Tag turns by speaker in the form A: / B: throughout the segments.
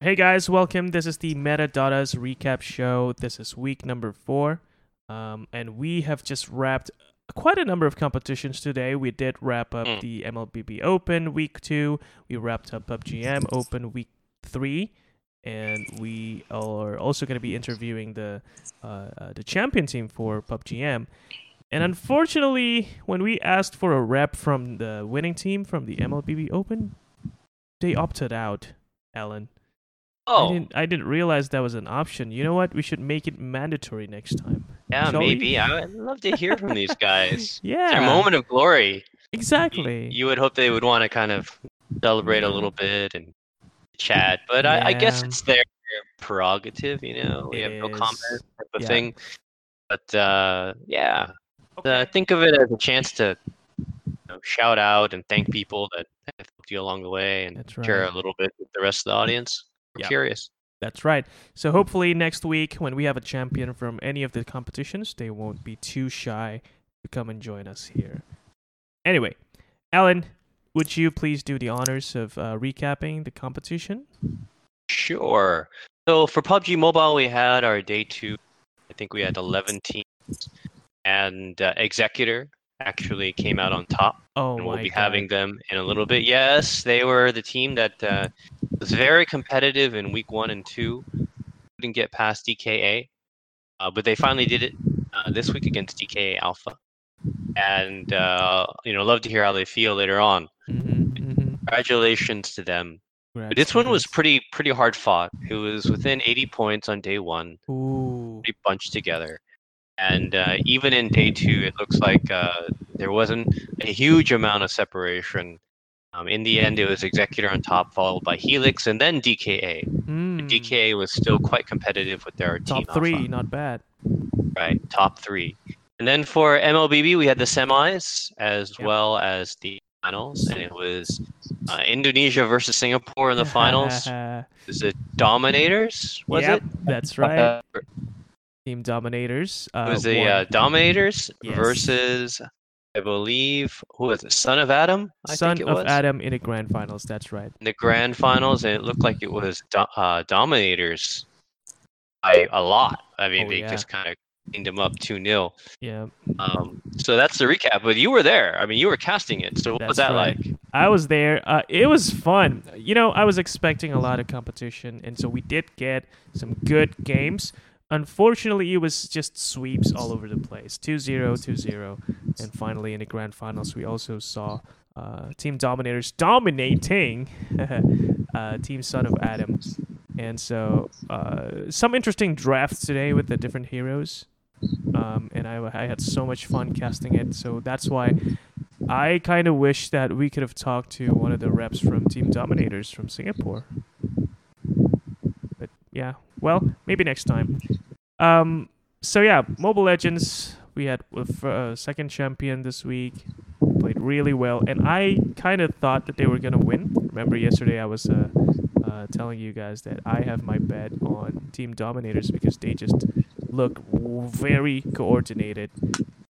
A: Hey guys, welcome. This is the Metadatas recap show. This is week number four, um, and we have just wrapped quite a number of competitions today. We did wrap up
B: Mm.
A: the MLBB Open week two. We wrapped up PUBGM Open week three, and we are also going to be interviewing the uh, uh, the champion team for PUBGM. And unfortunately, when we asked for a rep from the winning team from the MLBB Open, they opted out. Alan. I
B: Oh,
A: didn't, I didn't realize that was an option. You know what? We should make it mandatory next time.
B: yeah,
A: shall we?
B: maybe. I would love to hear from these guys.
A: Yeah.
B: It's Their moment of glory. Y-
A: Exactly.
B: You would hope they would want to kind of celebrate a little bit and chat, but I, I guess
A: Yeah.
B: it's their prerogative, you know. We
A: It
B: have no
A: is.
B: comment type of
A: Yeah.
B: thing. But uh, yeah, uh, think of it as a chance to you know, shout out and thank people that have helped you along the way and
A: That's right.
B: share a little bit with the rest of the audience. I'm
A: Yeah.
B: curious.
A: That's right. So hopefully next week when we have a champion from any of the competitions, they won't be too shy to come and join us here. Anyway, Alan, would you please do the honors of uh, recapping the competition?
B: Sure. So for PUBG Mobile, we had our day two. I think we
A: Mm-hmm.
B: had 11 teams, and uh, Executor actually came out on top.
A: Oh
B: and
A: my
B: we'll be
A: god.
B: having them in a little bit. Yes, they were the team that uh, was very competitive in week one and two. Couldn't get past DKA, uh, but they finally did it uh, this week against DKA Alpha. And uh, you know, love to hear how they feel later on.
A: Mhm, mhm.
B: Congratulations to them.
A: Congrats,
B: But this one was
A: congrats.
B: pretty pretty hard fought. It was within 80 points on day one,
A: Ooh.
B: pretty bunched together, and uh, even in day two, it looks like uh, there wasn't a huge amount of separation. Um, in the end, it was Executor on top, followed by Helix, and then DKA.
A: Mm.
B: DKA was still quite competitive with their team
A: Top
B: Alpha,
A: three, not bad.
B: right? Top three, and then for MLBB, we had the semis as
A: Yep.
B: well as the finals, and it was uh, Indonesia versus Singapore in the finals. Is it Dominators? Was
A: Yep,
B: it?
A: That's right.
B: It
A: Team Dominators. Uh,
B: was the
A: won.
B: uh, Dominators
A: Yes.
B: versus, I believe, who was it? Son of Adam? I
A: son
B: think it
A: of
B: was.
A: Adam in the grand finals. That's right.
B: In the grand finals, and it looked like it was do- uh, Dominators by a lot. I mean,
A: Oh,
B: they
A: yeah.
B: just kind of cleaned them up 2 0.
A: Yeah,
B: Um, so that's the recap. But you were there. I mean, you were casting it. So what was
A: That's
B: that
A: right.
B: like?
A: I was there. Uh, it was fun. You know, I was expecting a lot of competition, and so we did get some good games. Unfortunately, it was just sweeps all over the place 2 0, 2 0. And finally, in the grand finals, we also saw uh, Team Dominators dominating uh, Team Son of Adam. And so, uh, some interesting drafts today with the different heroes. Um, and I, I had so much fun casting it. So that's why I kind of wish that we could have talked to one of the reps from Team Dominators from Singapore. But yeah, well, maybe next time. Um, so yeah, Mobile Legends. We had a f- uh, second champion this week. Played really well, and I kind of thought that they were gonna win. Remember yesterday, I was uh, uh, telling you guys that I have my bet on Team Dominators because they just look w- very coordinated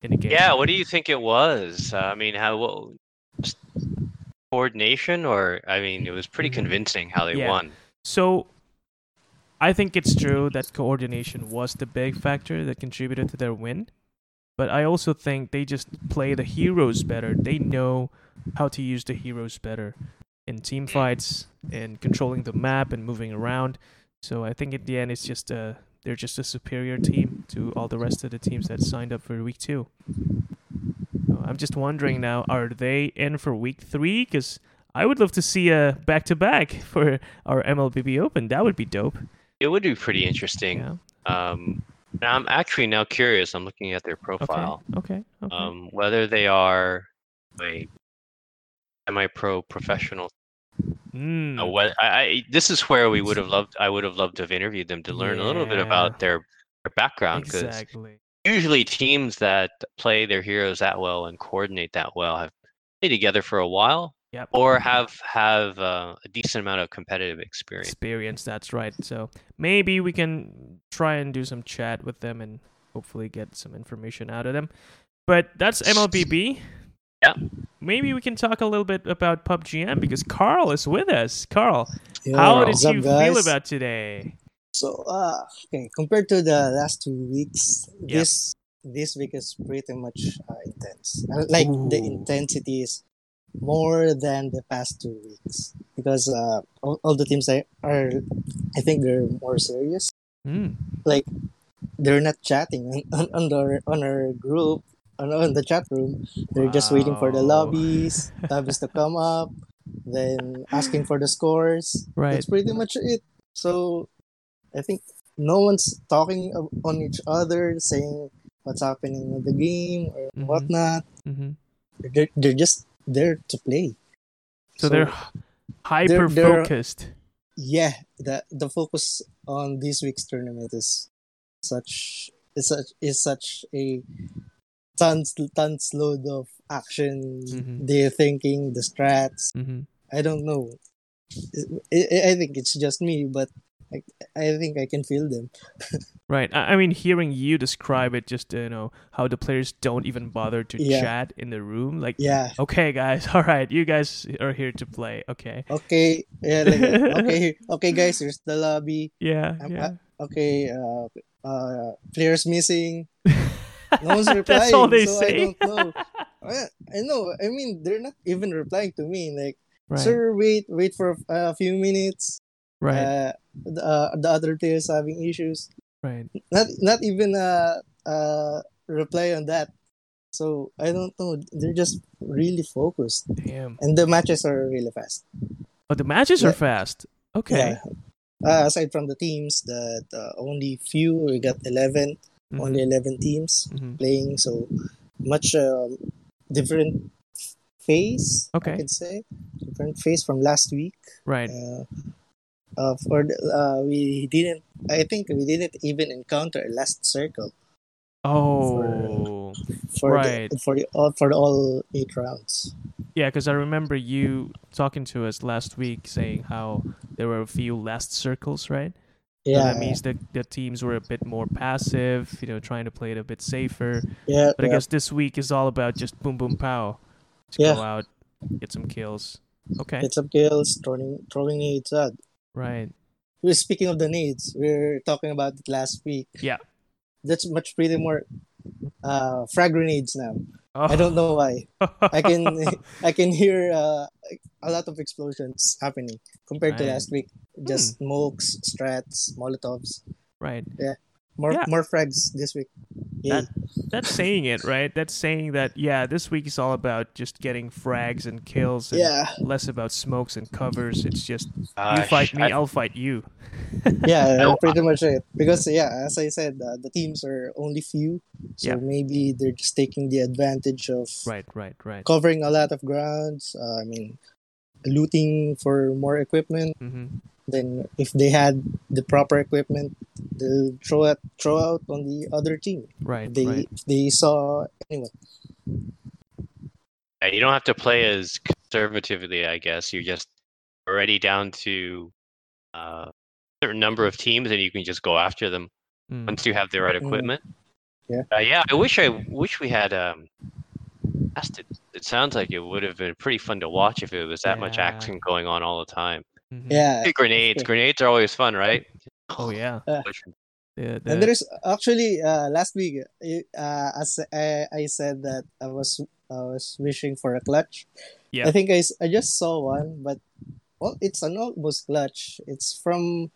A: in the game.
B: Yeah, what do you think it was? Uh, I mean, how what, just coordination, or I mean, it was pretty
A: Mhm.
B: convincing how they
A: Yeah.
B: won.
A: So I think it's true that coordination was the big factor that contributed to their win. But I also think they just play the heroes better. They know how to use the heroes better in team fights and controlling the map and moving around. So I think at the end it's just uh they're just a superior team to all the rest of the teams that signed up for week two. So I'm just wondering now, are they in for week three? Because I would love to see a back to back for our MLBB Open. That would be dope.
B: It would be pretty interesting.
A: Yeah.
B: Um, and I'm actually now curious. I'm looking at their
A: Okay.
B: profile.
A: Okay. Okay.
B: Um, whether they are a semi-pro professional.
A: Mm,
B: Uh, what I, I this is where we would have loved. I would have loved to have interviewed them to learn a little bit
A: Yeah.
B: about their their background because
A: exactly.
B: usually teams that play their heroes that well and coordinate that well have played together for a while
A: Yep.
B: or have have uh, a decent amount of competitive experience.
A: Experience. That's right. So maybe we can try and do some chat with them and hopefully get some information out of them. But that's MLBB.
B: Yeah.
A: Maybe we can talk a little bit about PUBGM because Carl is with us. Carl,
C: Yeah,
A: how did
C: what's up,
A: you
C: guys?
A: feel about today?
C: So, uh, okay, compared to the last two weeks,
A: Yeah.
C: this this week is pretty much uh, intense. Uh, Like the
A: Ooh.
C: intensity is more than the past two weeks because uh, all, all the teams I, are, I think they're more serious.
A: Hmm.
C: They're not chatting on, on, on our on our group on, on the chat room. They're just waiting for the
A: Wow.
C: lobbies lobbies to come up, then asking for the scores.
A: Right.
C: That's pretty much it. So I think no one's talking o- on each other, saying what's happening with the game or
A: Mhm.
C: whatnot.
A: hmm
C: They're, they're just there to play.
A: So, they're hyper focused.
C: yeah the the focus on this week's tournament is such is such is such a tons tons load of action.
A: Mhm.
C: They're thinking the strats.
A: hmm
C: I don't know. I, I think it's just me, but I, I think I can feel them.
A: Right. I, I mean, hearing you describe it, just you know how the players don't even bother to
C: Yeah.
A: chat in the room. Like,
C: Yeah.
A: okay, guys, all right, you guys are here to play. Okay.
C: Okay. Yeah. Like, okay. Okay, guys. Here's the lobby.
A: Yeah.
C: I'm-
A: yeah.
C: Okay. Uh, uh, players missing. No one's replying.
A: That's all they
C: so
A: say.
C: I don't know. I, I know. I mean, they're not even replying to me. Like,
A: Right.
C: sir, wait, wait for a few minutes.
A: right.
C: Uh, the, uh, the other players having issues.
A: right.
C: not not even a, a reply on that. So I don't know. They're just really focused,
A: Damn.
C: and the matches are really fast.
A: Oh, the matches are
C: Yeah.
A: fast. Okay.
C: Yeah. Uh, aside from the teams, that uh, only few we got 11
A: Mhm,
C: only eleven teams
A: mhm.
C: playing. So much um, different phase.
A: Okay.
C: I could say different phase from last week.
A: Right.
C: Uh, uh, for the, uh, we didn't. I think we didn't even encounter last circle.
A: Oh.
C: for
A: Right.
C: the, for the all for all eight rounds.
A: Yeah, because I remember you talking to us last week saying how there were a few last circles, right? So
C: Yeah,
A: that means that the teams were a bit more passive, you know, trying to play it a bit safer.
C: yeah,
A: But I
C: yeah.
A: guess this week is all about just boom, boom, pow. Just
C: Yeah.
A: go out, get some kills. Okay.
C: it's up girls throwing throwing nades out.
A: right.
C: We're speaking of the nades. We were talking about it last week.
A: Yeah.
C: that's much pretty more. Uh, frag grenades now.
A: Oh.
C: I don't know why. I can I can hear uh, a lot of explosions happening compared to
A: Right. Hmm.
C: last week. Just smokes, strats, molotovs,
A: right.
C: more
A: Yeah.
C: more frags this week. Yeah,
A: That's saying it, right? That's saying that, yeah, this week is all about just getting frags and kills and
C: yeah,
A: less about smokes and covers. It's just you
B: Gosh,
A: fight me,
B: I-
A: I'll fight you.
C: yeah,
B: No,
C: pretty much it. Because yeah, as I said, uh, the teams are only few, so
A: Yeah.
C: maybe they're just taking the advantage of
A: Right, right, right.
C: covering a lot of grounds. Uh, I mean, looting for more equipment.
A: hmm
C: Then, if they had the proper equipment, they'll throw out throw out on the other team.
A: Right,
C: If they
A: right.
C: if they saw anyone.
B: Yeah, you don't have to play as conservatively, I guess. You're just already down to uh, a certain number of teams, and you can just go after them
A: Mm.
B: once you have the Mm-hmm. right
C: Mm.
B: equipment.
C: Yeah.
B: Uh, yeah. I wish I wish we had um. asked It It sounds like it would have been pretty fun to watch if it was that much
A: Yeah.
B: action going on all the time.
A: Mhm.
C: Yeah,
B: Hey, grenades! Grenades are always fun, right?
A: Oh yeah. The, the,
C: and there's actually uh, last week. Uh, as I, I said that I was I was wishing for a clutch.
A: Yeah.
C: I think I, s- I just saw one, but well, it's an almost clutch. It's from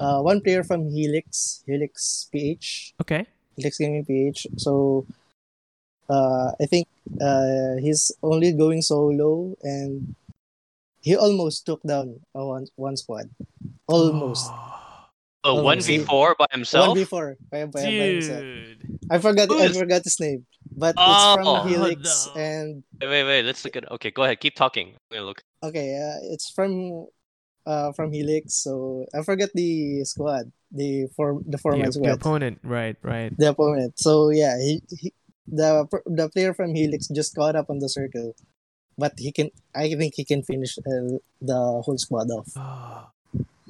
C: uh, one player from Helix, Helix PH,
A: okay.
C: Helix Gaming PH. So uh, I think uh, he's only going solo, and he almost took down a one one squad, almost.
B: A
C: Oh,
B: one v four by
C: One
B: himself.
C: before, by, by, by himself.
A: Dude.
C: I forgot. I
B: Who's-
C: forgot his name, but it's
B: Oh,
C: from Helix,
A: no.
C: and
B: Wait, wait, wait. Let's look at. Okay, go ahead. Keep talking. I'm gonna look.
C: Okay, uh, it's from uh from Helix, so I forget the squad, the form the
A: Your,
C: format
A: your
C: squad,
A: opponent. Right, right.
C: the opponent. So yeah, he, he the pr- the player from Helix just caught up on the circle, but he can. I think he can finish uh, the whole squad off.
A: Oh,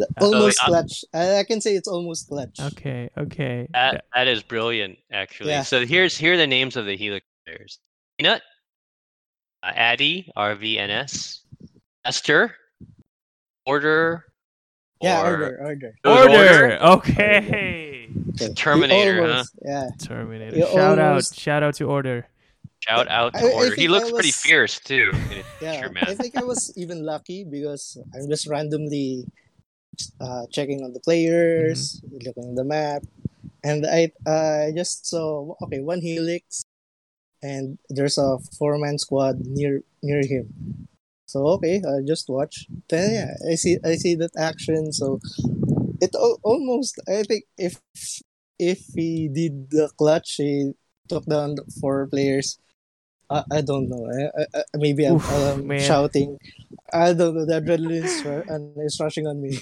C: The,
A: So,
C: almost
B: uh,
C: clutch. I, I can say it's almost clutch.
A: okay, okay.
B: That that is brilliant, actually.
C: Yeah.
B: So here's here are the names of the Helix players: Peanut, uh, Addy, RVNS, Esther, Order,
C: Yeah,
B: or
C: order,
B: It
C: order.
B: was
A: Okay.
C: Okay.
B: Terminator,
C: He
B: huh?
C: almost- Yeah.
A: Terminator.
C: You
A: shout
C: almost-
A: out. Shout out to Order.
B: Shout out
C: I-
B: to
C: I
B: Order. he
C: think
B: looks
C: I
B: pretty
C: was-
B: fierce too.
C: Yeah,
B: Sure, man.
C: I think I was even lucky because I'm just randomly uh, checking on the players,
B: Mm-hmm.
C: looking at the map, and I I just saw okay one helix, and there's a four man squad near near him. So okay, I just watch. Then yeah, I see I see that action. So it al- almost I think if if he did the clutch, he took down four players. I, I don't know. I, I, I- maybe I'm,
A: Oof,
C: I'm
A: man.
C: shouting. I don't know. The adrenaline is, ru- and it's rushing on me.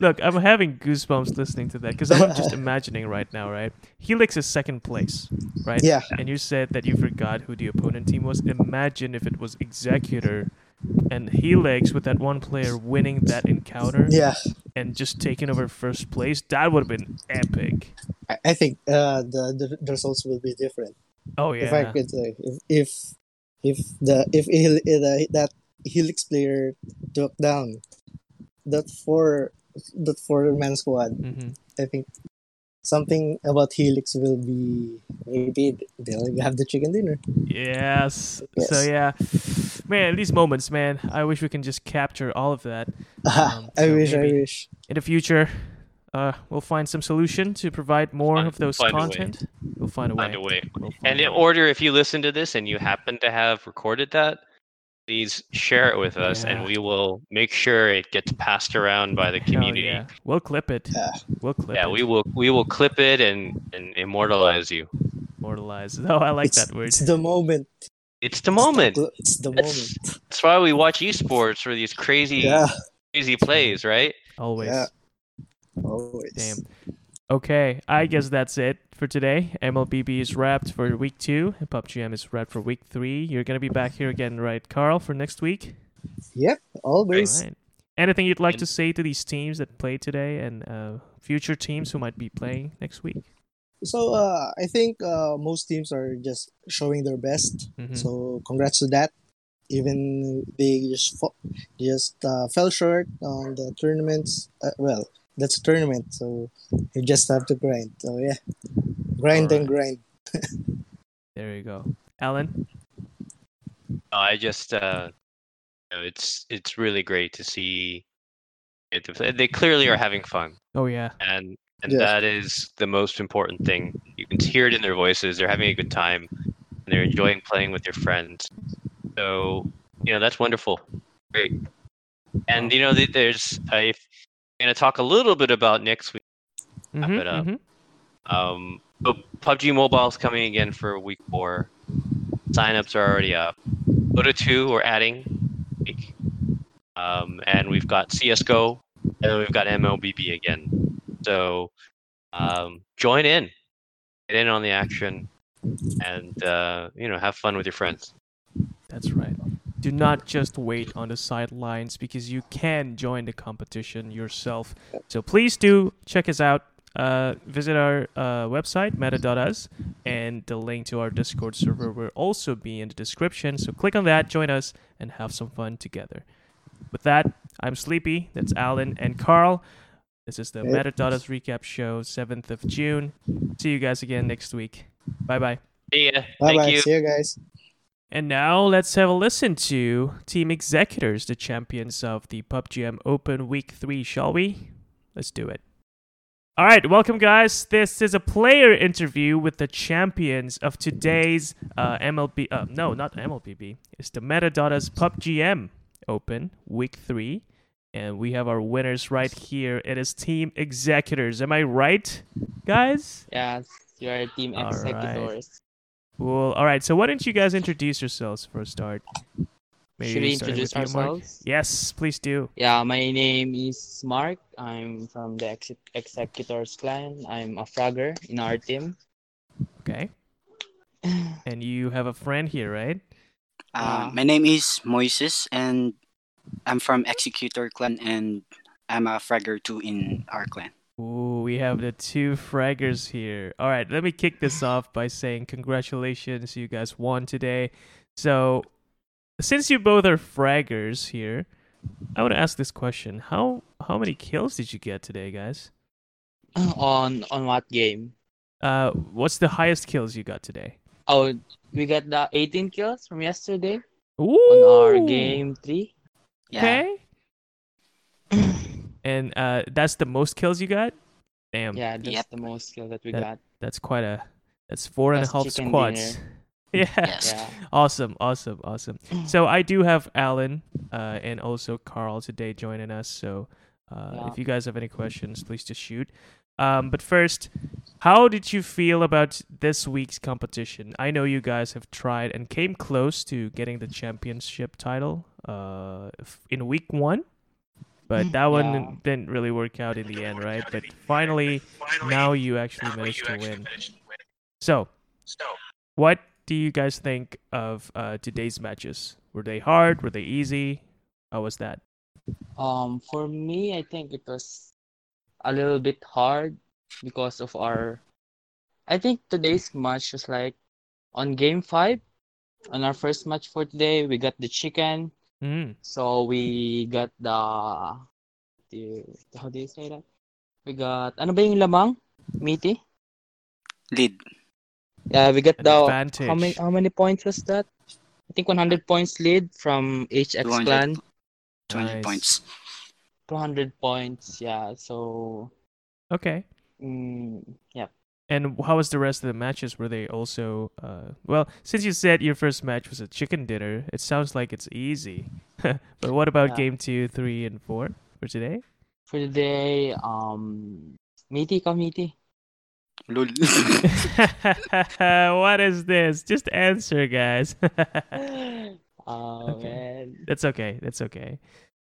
A: Look, I'm having goosebumps listening to that because I'm just imagining right now, right? Helix is second place, right?
C: Yeah.
A: And you said that you forgot who the opponent team was. Imagine if it was Executor and Helix with that one player winning that encounter
C: Yeah,
A: and just taking over first place. That would have been epic.
C: I, I think uh, the, the the results will be different.
A: Oh, yeah.
C: If I could, say, if if if the if Hel- uh, the, that Helix player took down that four that four man squad,
A: hmm
C: I think something about Helix will be maybe they'll have the chicken dinner.
A: Yes. So
C: Yes.
A: yeah, man, these moments, man. I wish we can just capture all of that Um,
C: I
A: so
C: wish, I
A: maybe-
C: wish.
A: in the future. Uh, we'll find some solution to provide more
B: Find-
A: of those
B: find a way.
A: content. We'll find a way.
B: Find a way.
A: We'll find
B: And in
A: a way.
B: order, if you listen to this and you happen to have recorded that, please share it with us, and
A: Yeah.
B: we will make sure it gets passed around by the
A: Hell
B: community.
A: yeah. We'll clip it.
C: Yeah.
A: We'll clip
B: Yeah,
A: it.
B: we will we will clip it and, and immortalize you.
A: immortalize. Oh, I like
C: it's,
A: that word.
C: It's the moment.
B: It's the moment.
C: It's the
B: That's,
C: moment.
B: that's why we watch esports for these crazy
C: Yeah,
B: crazy plays, right?
A: Always.
C: yeah. always.
A: Damn. Okay, I guess that's it for today. MLBB is wrapped for week two, and PUBGM is wrapped for week three. You're gonna be back here again, right, Carl, for next week?
C: Yep, always.
A: Alright. Anything you'd like
B: And-
A: to say to these teams that play today and uh, future teams who might be playing next week?
C: So uh, I think uh, most teams are just showing their best.
A: Mhm.
B: Mm-hmm.
C: So congrats to that. Even they just fo- just uh, fell short on the tournaments. Uh, well, that's a tournament, so you just have to grind. So yeah, grind and grind.
A: There you go, Alan.
B: No, I just uh, you know, it's it's really great to see. It, to play. they clearly are having fun,
A: Oh yeah,
B: and and
C: Yes.
B: that is the most important thing. You can hear it in their voices. They're having a good time, and they're enjoying playing with their friends. So you know that's wonderful, great. And you know th- there's uh, if I'm gonna talk a little bit about next week.
A: wrap
B: it up. Um, but PUBG Mobile's coming again for week four. Signups are already up. Dota 2, we're adding. Week. Um, and we've got CSGO, and then we've got MLBB again. So um, join in. Get in on the action and, uh, you know, have fun with your friends.
A: That's right. Do not just wait on the sidelines because you can join the competition yourself. So please do check us out. Uh, visit our uh, website, meta.us, and the link to our Discord server will also be in the description. So click on that, join us, and have some fun together. With that, I'm Sleepy. That's Alan and Carl. This is the
C: Hey.
A: meta.us recap show, 7th of June. See you guys again next week. Bye bye.
B: See ya.
C: Bye
B: Thank
C: bye.
B: you.
C: See you guys.
A: And now let's have a listen to Team Executors, the champions of the PUBGM Open Week 3, shall we? Let's do it. All right, welcome, guys. This is a player interview with the champions of today's uh, MLB. Uh, no, not MLBB. It's the Metadata's PUBGM Open Week 3. And we have our winners right here. It is Team Executors. Am I right, guys?
D: Yes, you are team
A: All right.
D: executors.
A: Cool. All right. So why don't you guys introduce yourselves for a start?
D: Should we
A: starting
D: introduce
A: with you, Mark.
D: ourselves?
A: Yes, please do.
D: Yeah, my name is Mark. I'm from the ex- executors clan. I'm a frogger in our team.
A: Okay. And you have a friend here, right?
D: Ah.
E: Uh, my name is Moises, and I'm from Executor Clan, and I'm a fragger too in our clan.
A: Ooh, we have the two fraggers here. All right, let me kick this off by saying congratulations, you guys won today. So, since you both are fraggers here, I want to ask this question: how how many kills did you get today, guys?
D: on on what game?
A: Uh, what's the highest kills you got today?
D: Oh, we got the 18 kills from yesterday
A: Ooh,
D: on our game three.
E: Yeah.
A: Okay, and uh, that's the most kills you got. Damn,
D: Yeah, that's
E: Yep.
D: the most kill that we
A: That-
D: got.
A: that's quite a that's four and a
D: That's
A: half
D: chicken
A: squads. Yeah.
E: Yes.
D: Yeah.
A: Awesome, awesome, awesome. So I do have Alan uh, and also Carl today joining us. So uh,
D: Yeah.
A: if you guys have any questions, please just shoot. Um, but first, how did you feel about this week's competition? I know you guys have tried and came close to getting the championship title uh, f- in week one, but that one
D: Yeah.
A: didn't really work out in the end, right? But finally, now you actually managed to win. So, what do you guys think of uh, today's matches? Were they hard? Were they easy? How was that?
D: Um, for me, I think it was a little bit hard because of our. I think today's match was like on game five, on our first match for today, we got the chicken.
A: Mm.
D: So we got the, the how do you say that? We got ano ba yung lamang? Meaty?
E: Lead.
D: Yeah, we got
A: An
D: the
A: advantage.
D: how many how many points was that? I think 100 points lead from HX
E: 200.
D: Clan.
E: 200
A: Nice.
E: points.
D: 200 points. Yeah. So
A: Okay.
D: mm, yeah.
A: And how was the rest of the matches? Were they also uh, well? Since you said your first match was a chicken dinner, it sounds like it's easy. but what about
D: Yeah.
A: game two, three, and four for today?
D: For today, um, meaty ka meaty.
E: Lul.
A: what is this? Just answer, guys.
D: Oh
A: Okay.
D: man.
A: That's okay. That's okay.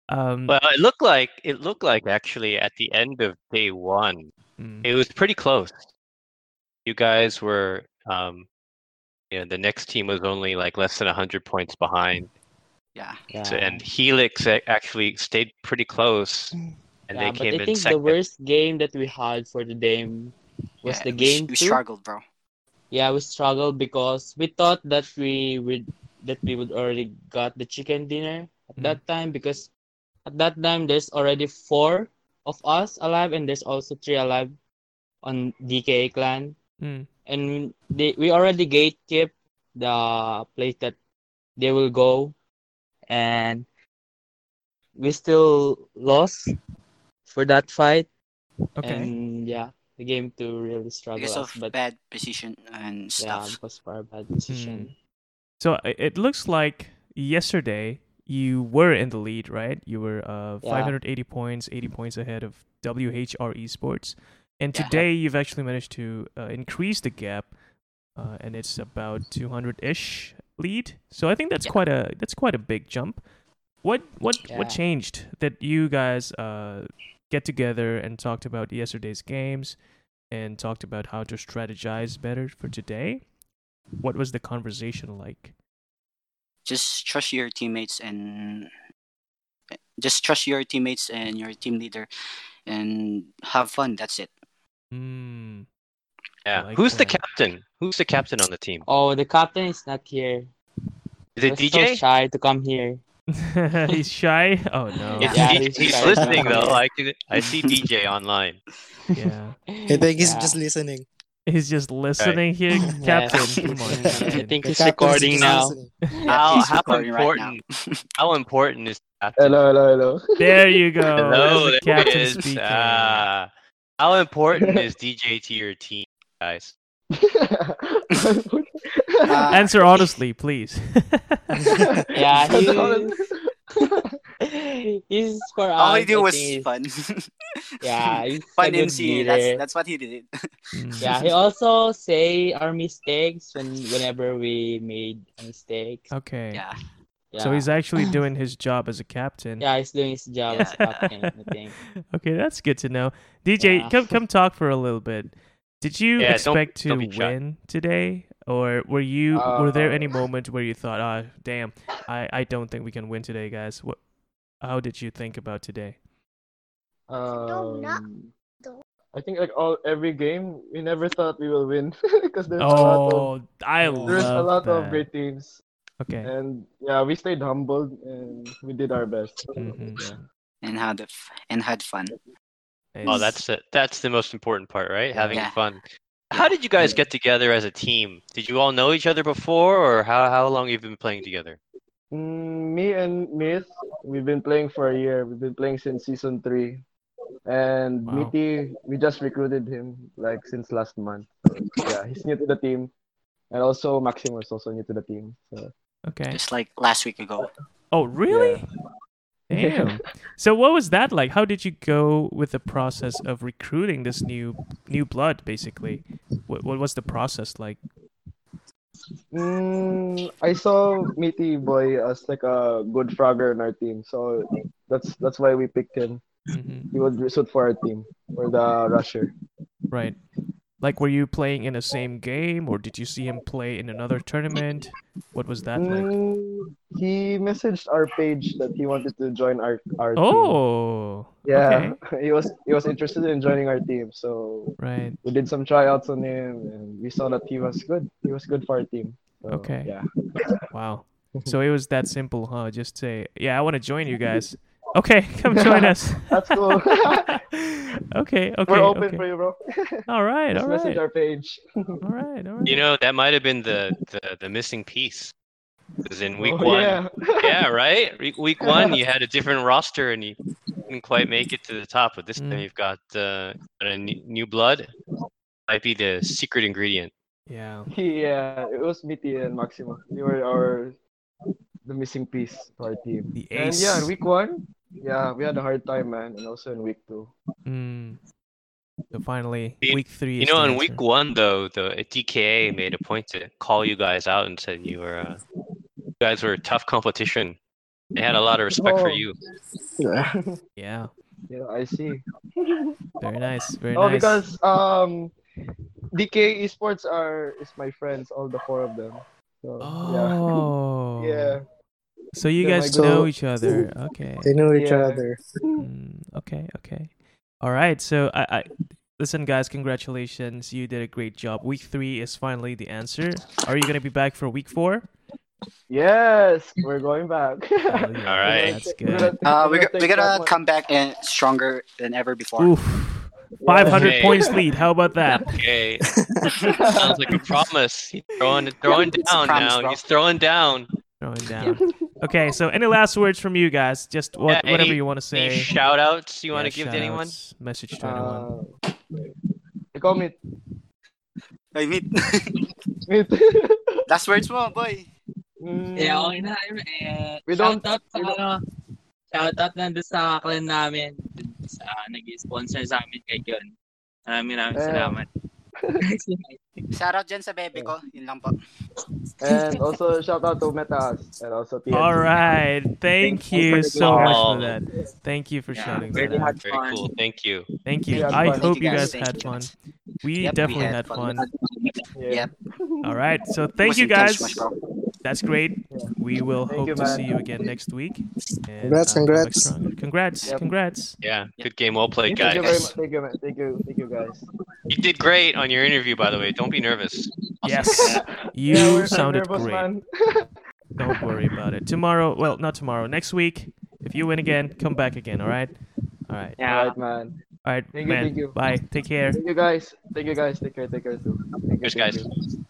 A: Um,
B: Well, it looked like it looked like actually at the end of day one,
A: mm,
B: it was pretty close. You guys were, um, you know, the next team was only like less than hundred points behind,
E: Yeah.
D: Yeah.
B: so, and Helix a- actually stayed pretty close, and
D: Yeah,
B: they
D: but
B: came
D: I
B: in
D: think the
B: second.
D: worst game that we had for the game was
E: yeah.
D: the
E: we
D: game
E: sh- We
D: two.
E: struggled, bro.
D: Yeah, we struggled because we thought that we would that we would already got the chicken dinner at
A: Mm.
D: that time because at that time there's already four of us alive and there's also three alive on DKA clan
A: mm,
D: and they, we already gatekeep the place that they will go and we still lost for that fight
A: okay.
D: and yeah the game two really struggled
E: Because
D: us
E: of
D: but
E: bad position and
D: yeah,
E: stuff.
D: because for a bad decision.
A: Hmm. So i- it looks like yesterday you were in the lead, right? You were uh,
D: Yeah.
A: 580 points, 80 points ahead of WHR Esports. And
E: Yeah.
A: today you've actually managed to uh, increase the gap, uh, and it's about 200-ish lead. So I think that's
E: Yeah.
A: quite a that's quite a big jump. What what
D: Yeah.
A: what changed that you guys uh, get together and talked about yesterday's games and talked about how to strategize better for today? What was the conversation like?
E: Just trust your teammates and just trust your teammates and your team leader and have fun. That's it.
A: Mm,
B: yeah,
A: like
B: who's the
A: that.
B: captain? Who's the captain on the team?
D: Oh, the captain is not here.
B: Is it
D: He was so
B: DJ?
D: shy to come here.
A: he's shy. Oh no.
B: It's
D: Yeah,
B: DJ.
D: he's
B: He's
D: shy.
B: listening though. I can- I see DJ online.
A: Yeah.
C: I think he's
D: Yeah.
C: just listening.
A: He's just listening here, Captain.
D: Yeah.
A: Come on,
D: I
A: Captain.
D: think
C: The
D: he's
C: captain's
D: recording
C: just
D: now.
C: listening.
B: How,
E: he's
B: how
E: recording right now.
B: important? how important is that?
F: Hello, hello, hello.
A: There you go.
B: Hello,
A: There's the
B: there
A: captain
B: it is.
A: speaking.
B: Ah, how important is DJ to your team, guys?
E: Uh,
A: Answer honestly, please.
D: Yeah,
F: That's
D: he-
F: all.
D: he's for us.
E: All he
D: I
E: did was
D: think he's-
E: fun.
D: Yeah, he's a
E: fun
D: good
E: MC.
D: leader.
E: That's, that's what he did.
A: Mm.
D: Yeah, he also say our mistakes when whenever we made a mistake.
A: Okay.
E: Yeah.
D: Yeah.
A: Oh, So he's actually doing his job as a captain.
D: yeah, he's doing his job as
A: Yeah.
D: captain. I think.
A: okay, that's good to know. DJ,
D: Yeah.
A: come come talk for a little bit. Did you
B: Yeah, don't-
A: expect
B: don't
A: to
B: be shy.
A: win today, or were you were there any
F: Uh,
A: moments where you thought, "Ah, damn, I I don't think we can win today, guys"? What? How did you think about today?
F: Um,
G: don't-
F: I think like all every game, we never thought we will win because there's a lot of
A: Oh, I
F: there's a
A: love
F: lot
A: that.
F: of great teams.
A: Okay.
F: and yeah, we stayed humbled and we did our best.
A: Mhm.
F: Yeah.
E: and had a f- and had fun.
B: Oh,
A: It's-
B: that's the, that's the most important part, right? Having
E: Yeah.
B: fun. How did you guys get together as a team? Did you all know each other before, or how how long have you been playing together?
F: Mm, me and Miss, we've been playing for a year. We've been playing since season three, and
A: Wow.
F: Mitty, we just recruited him like since last month. So, yeah, he's new to the team, and also Maxim was also new to the team. So
A: okay.
E: Just like last week ago. Uh,
A: Oh, really?
F: Yeah.
A: Damn. So what was that like? How did you go with the process of recruiting this new new blood basically? What what was the process like?
F: Mm, I saw Mitty Boy as like a good frogger in our team, so that's that's why we picked him.
A: Mhm.
F: He would suit for our team for the rusher.
A: Right. Like were you playing in the same game or did you see him play in another tournament? What was that like?
F: Mm, he messaged our page that he wanted to join our our team.
A: Oh.
F: Yeah,
A: okay.
F: he was he was interested in joining our team, so
A: Right.
F: we did some tryouts on him, and we saw that he was good. He was good for our team. So,
A: Okay.
F: Yeah.
A: Wow. So it was that simple, huh? Just say, "Yeah, I want to join you guys." Okay, come join us.
F: That's cool.
A: okay, okay.
F: We're open
A: okay.
F: for you, bro.
A: All right,
F: Just
A: all
F: message
A: right.
F: our page.
A: All right, all right.
B: You know, that might have been the the, the missing piece. Because in week
F: Oh,
B: one,
F: Yeah.
B: yeah, right. Week, week one, you had a different roster and you didn't quite make it to the top. But this time,
A: Mm.
B: you've got uh, a n- new blood. Might be the secret ingredient.
A: Yeah.
F: Yeah, it was Mitty and Maximo. They were our the missing piece to our team.
A: The
F: And
A: ace.
F: yeah, in week one, yeah, we had a hard time, man. And also in week two.
A: Mm. So finally,
B: You-
A: week three.
B: You
A: is
B: know,
A: the
B: in week
A: answer.
B: one though, the DKA made a point to call you guys out and said you were uh, you guys were a tough competition. They had a lot of respect for
F: Oh.
B: you.
F: Yeah,
A: Yeah.
F: yeah I see.
A: Very nice. Very
F: Oh,
A: nice.
F: because um, DK Esports are is my friends, all the four of them. So
A: Oh.
F: yeah, yeah.
A: So you
F: they're my
A: guys
F: good-
A: know each other. Okay.
C: They know each
F: Yeah.
C: other.
A: Mm, okay, okay. All right. So I, I listen, guys. Congratulations, you did a great job. Week three is finally the answer. Are you gonna be back for week four?
F: Yes, we're going back.
A: Hell Oh, yeah,
B: All right.
A: that's
F: We're
A: good.
F: gonna-
E: Uh,
F: we're
E: we
F: gonna
E: got, we
F: take that
E: gotta
F: one.
E: come back and stronger than ever before.
A: Oof, five hundred
B: Hey.
A: points lead. How about that?
B: Okay, sounds like a promise. He's throwing throwing
E: It's a
B: down
E: promise,
B: now.
E: bro.
B: He's throwing down.
A: Throwing down. Okay. So any last words from you guys? Just what,
B: Yeah,
A: whatever
B: any-
A: you want to say.
B: Any shout outs you want
A: Yeah,
B: to give to anyone?
A: shout-outs, Message to anyone.
F: Uh, they call me.
E: I mean,
F: Meet.
E: last words mo, boy.
F: Mm,
D: Yeah, oh, okay na. ayun, Eh,
F: We don't-
D: shout out sa
F: we don't-
D: ano, shout out na doon sa clan namin. dun Sa nag-sponsor sa amin kay Jon. Maraming maraming
F: Eh.
D: salamat.
E: Shout out dyan sa bebe ko. Yun lang po.
F: And also shout out to Metas and also TNT.
A: All right. Thank
D: you
A: you
D: for the
A: so much for
B: call.
A: that. Thank you for
D: Yeah,
A: shouting
D: really
A: that out.
D: had
B: Very
D: fun.
B: cool. Thank you.
A: Thank you.
F: Yeah,
A: I
F: fun.
A: hope you
E: Thank you
A: guys
E: guys, thank
A: had
E: you
A: fun.
E: guys.
A: We
E: Yep, we
A: definitely
E: had
A: had fun.
E: fun.
F: Yeah.
E: Yep.
A: All right. So
E: It
A: thank
E: was
A: you guys.
E: intense, much, bro.
A: That's great.
F: Yeah.
A: We will
F: Thank
A: hope
F: you,
A: to
F: man.
A: see you again next week. And,
C: Congrats,
A: uh, come back
C: congrats.
A: stronger. Congrats.
F: Yep.
A: Congrats.
B: Yeah, good game. Well played,
F: Thank you very much.
B: guys.
F: Thank you, man. Thank you, thank you guys.
B: You did great on your interview, by the way. Don't be nervous.
A: Yes. You
F: Yeah, we're
A: sounded
F: nervous,
A: great.
F: man.
A: Don't worry about it. Tomorrow, well, not tomorrow. Next week, if you win again, come back again. All right. All right.
F: All right, man.
A: All right,
F: Thank you,
A: man.
F: thank you.
A: Bye. Take care.
F: Thank you guys. Thank you guys. Take care. Take care too. Thank you,
B: Cheers,
F: thank
B: guys.
F: you.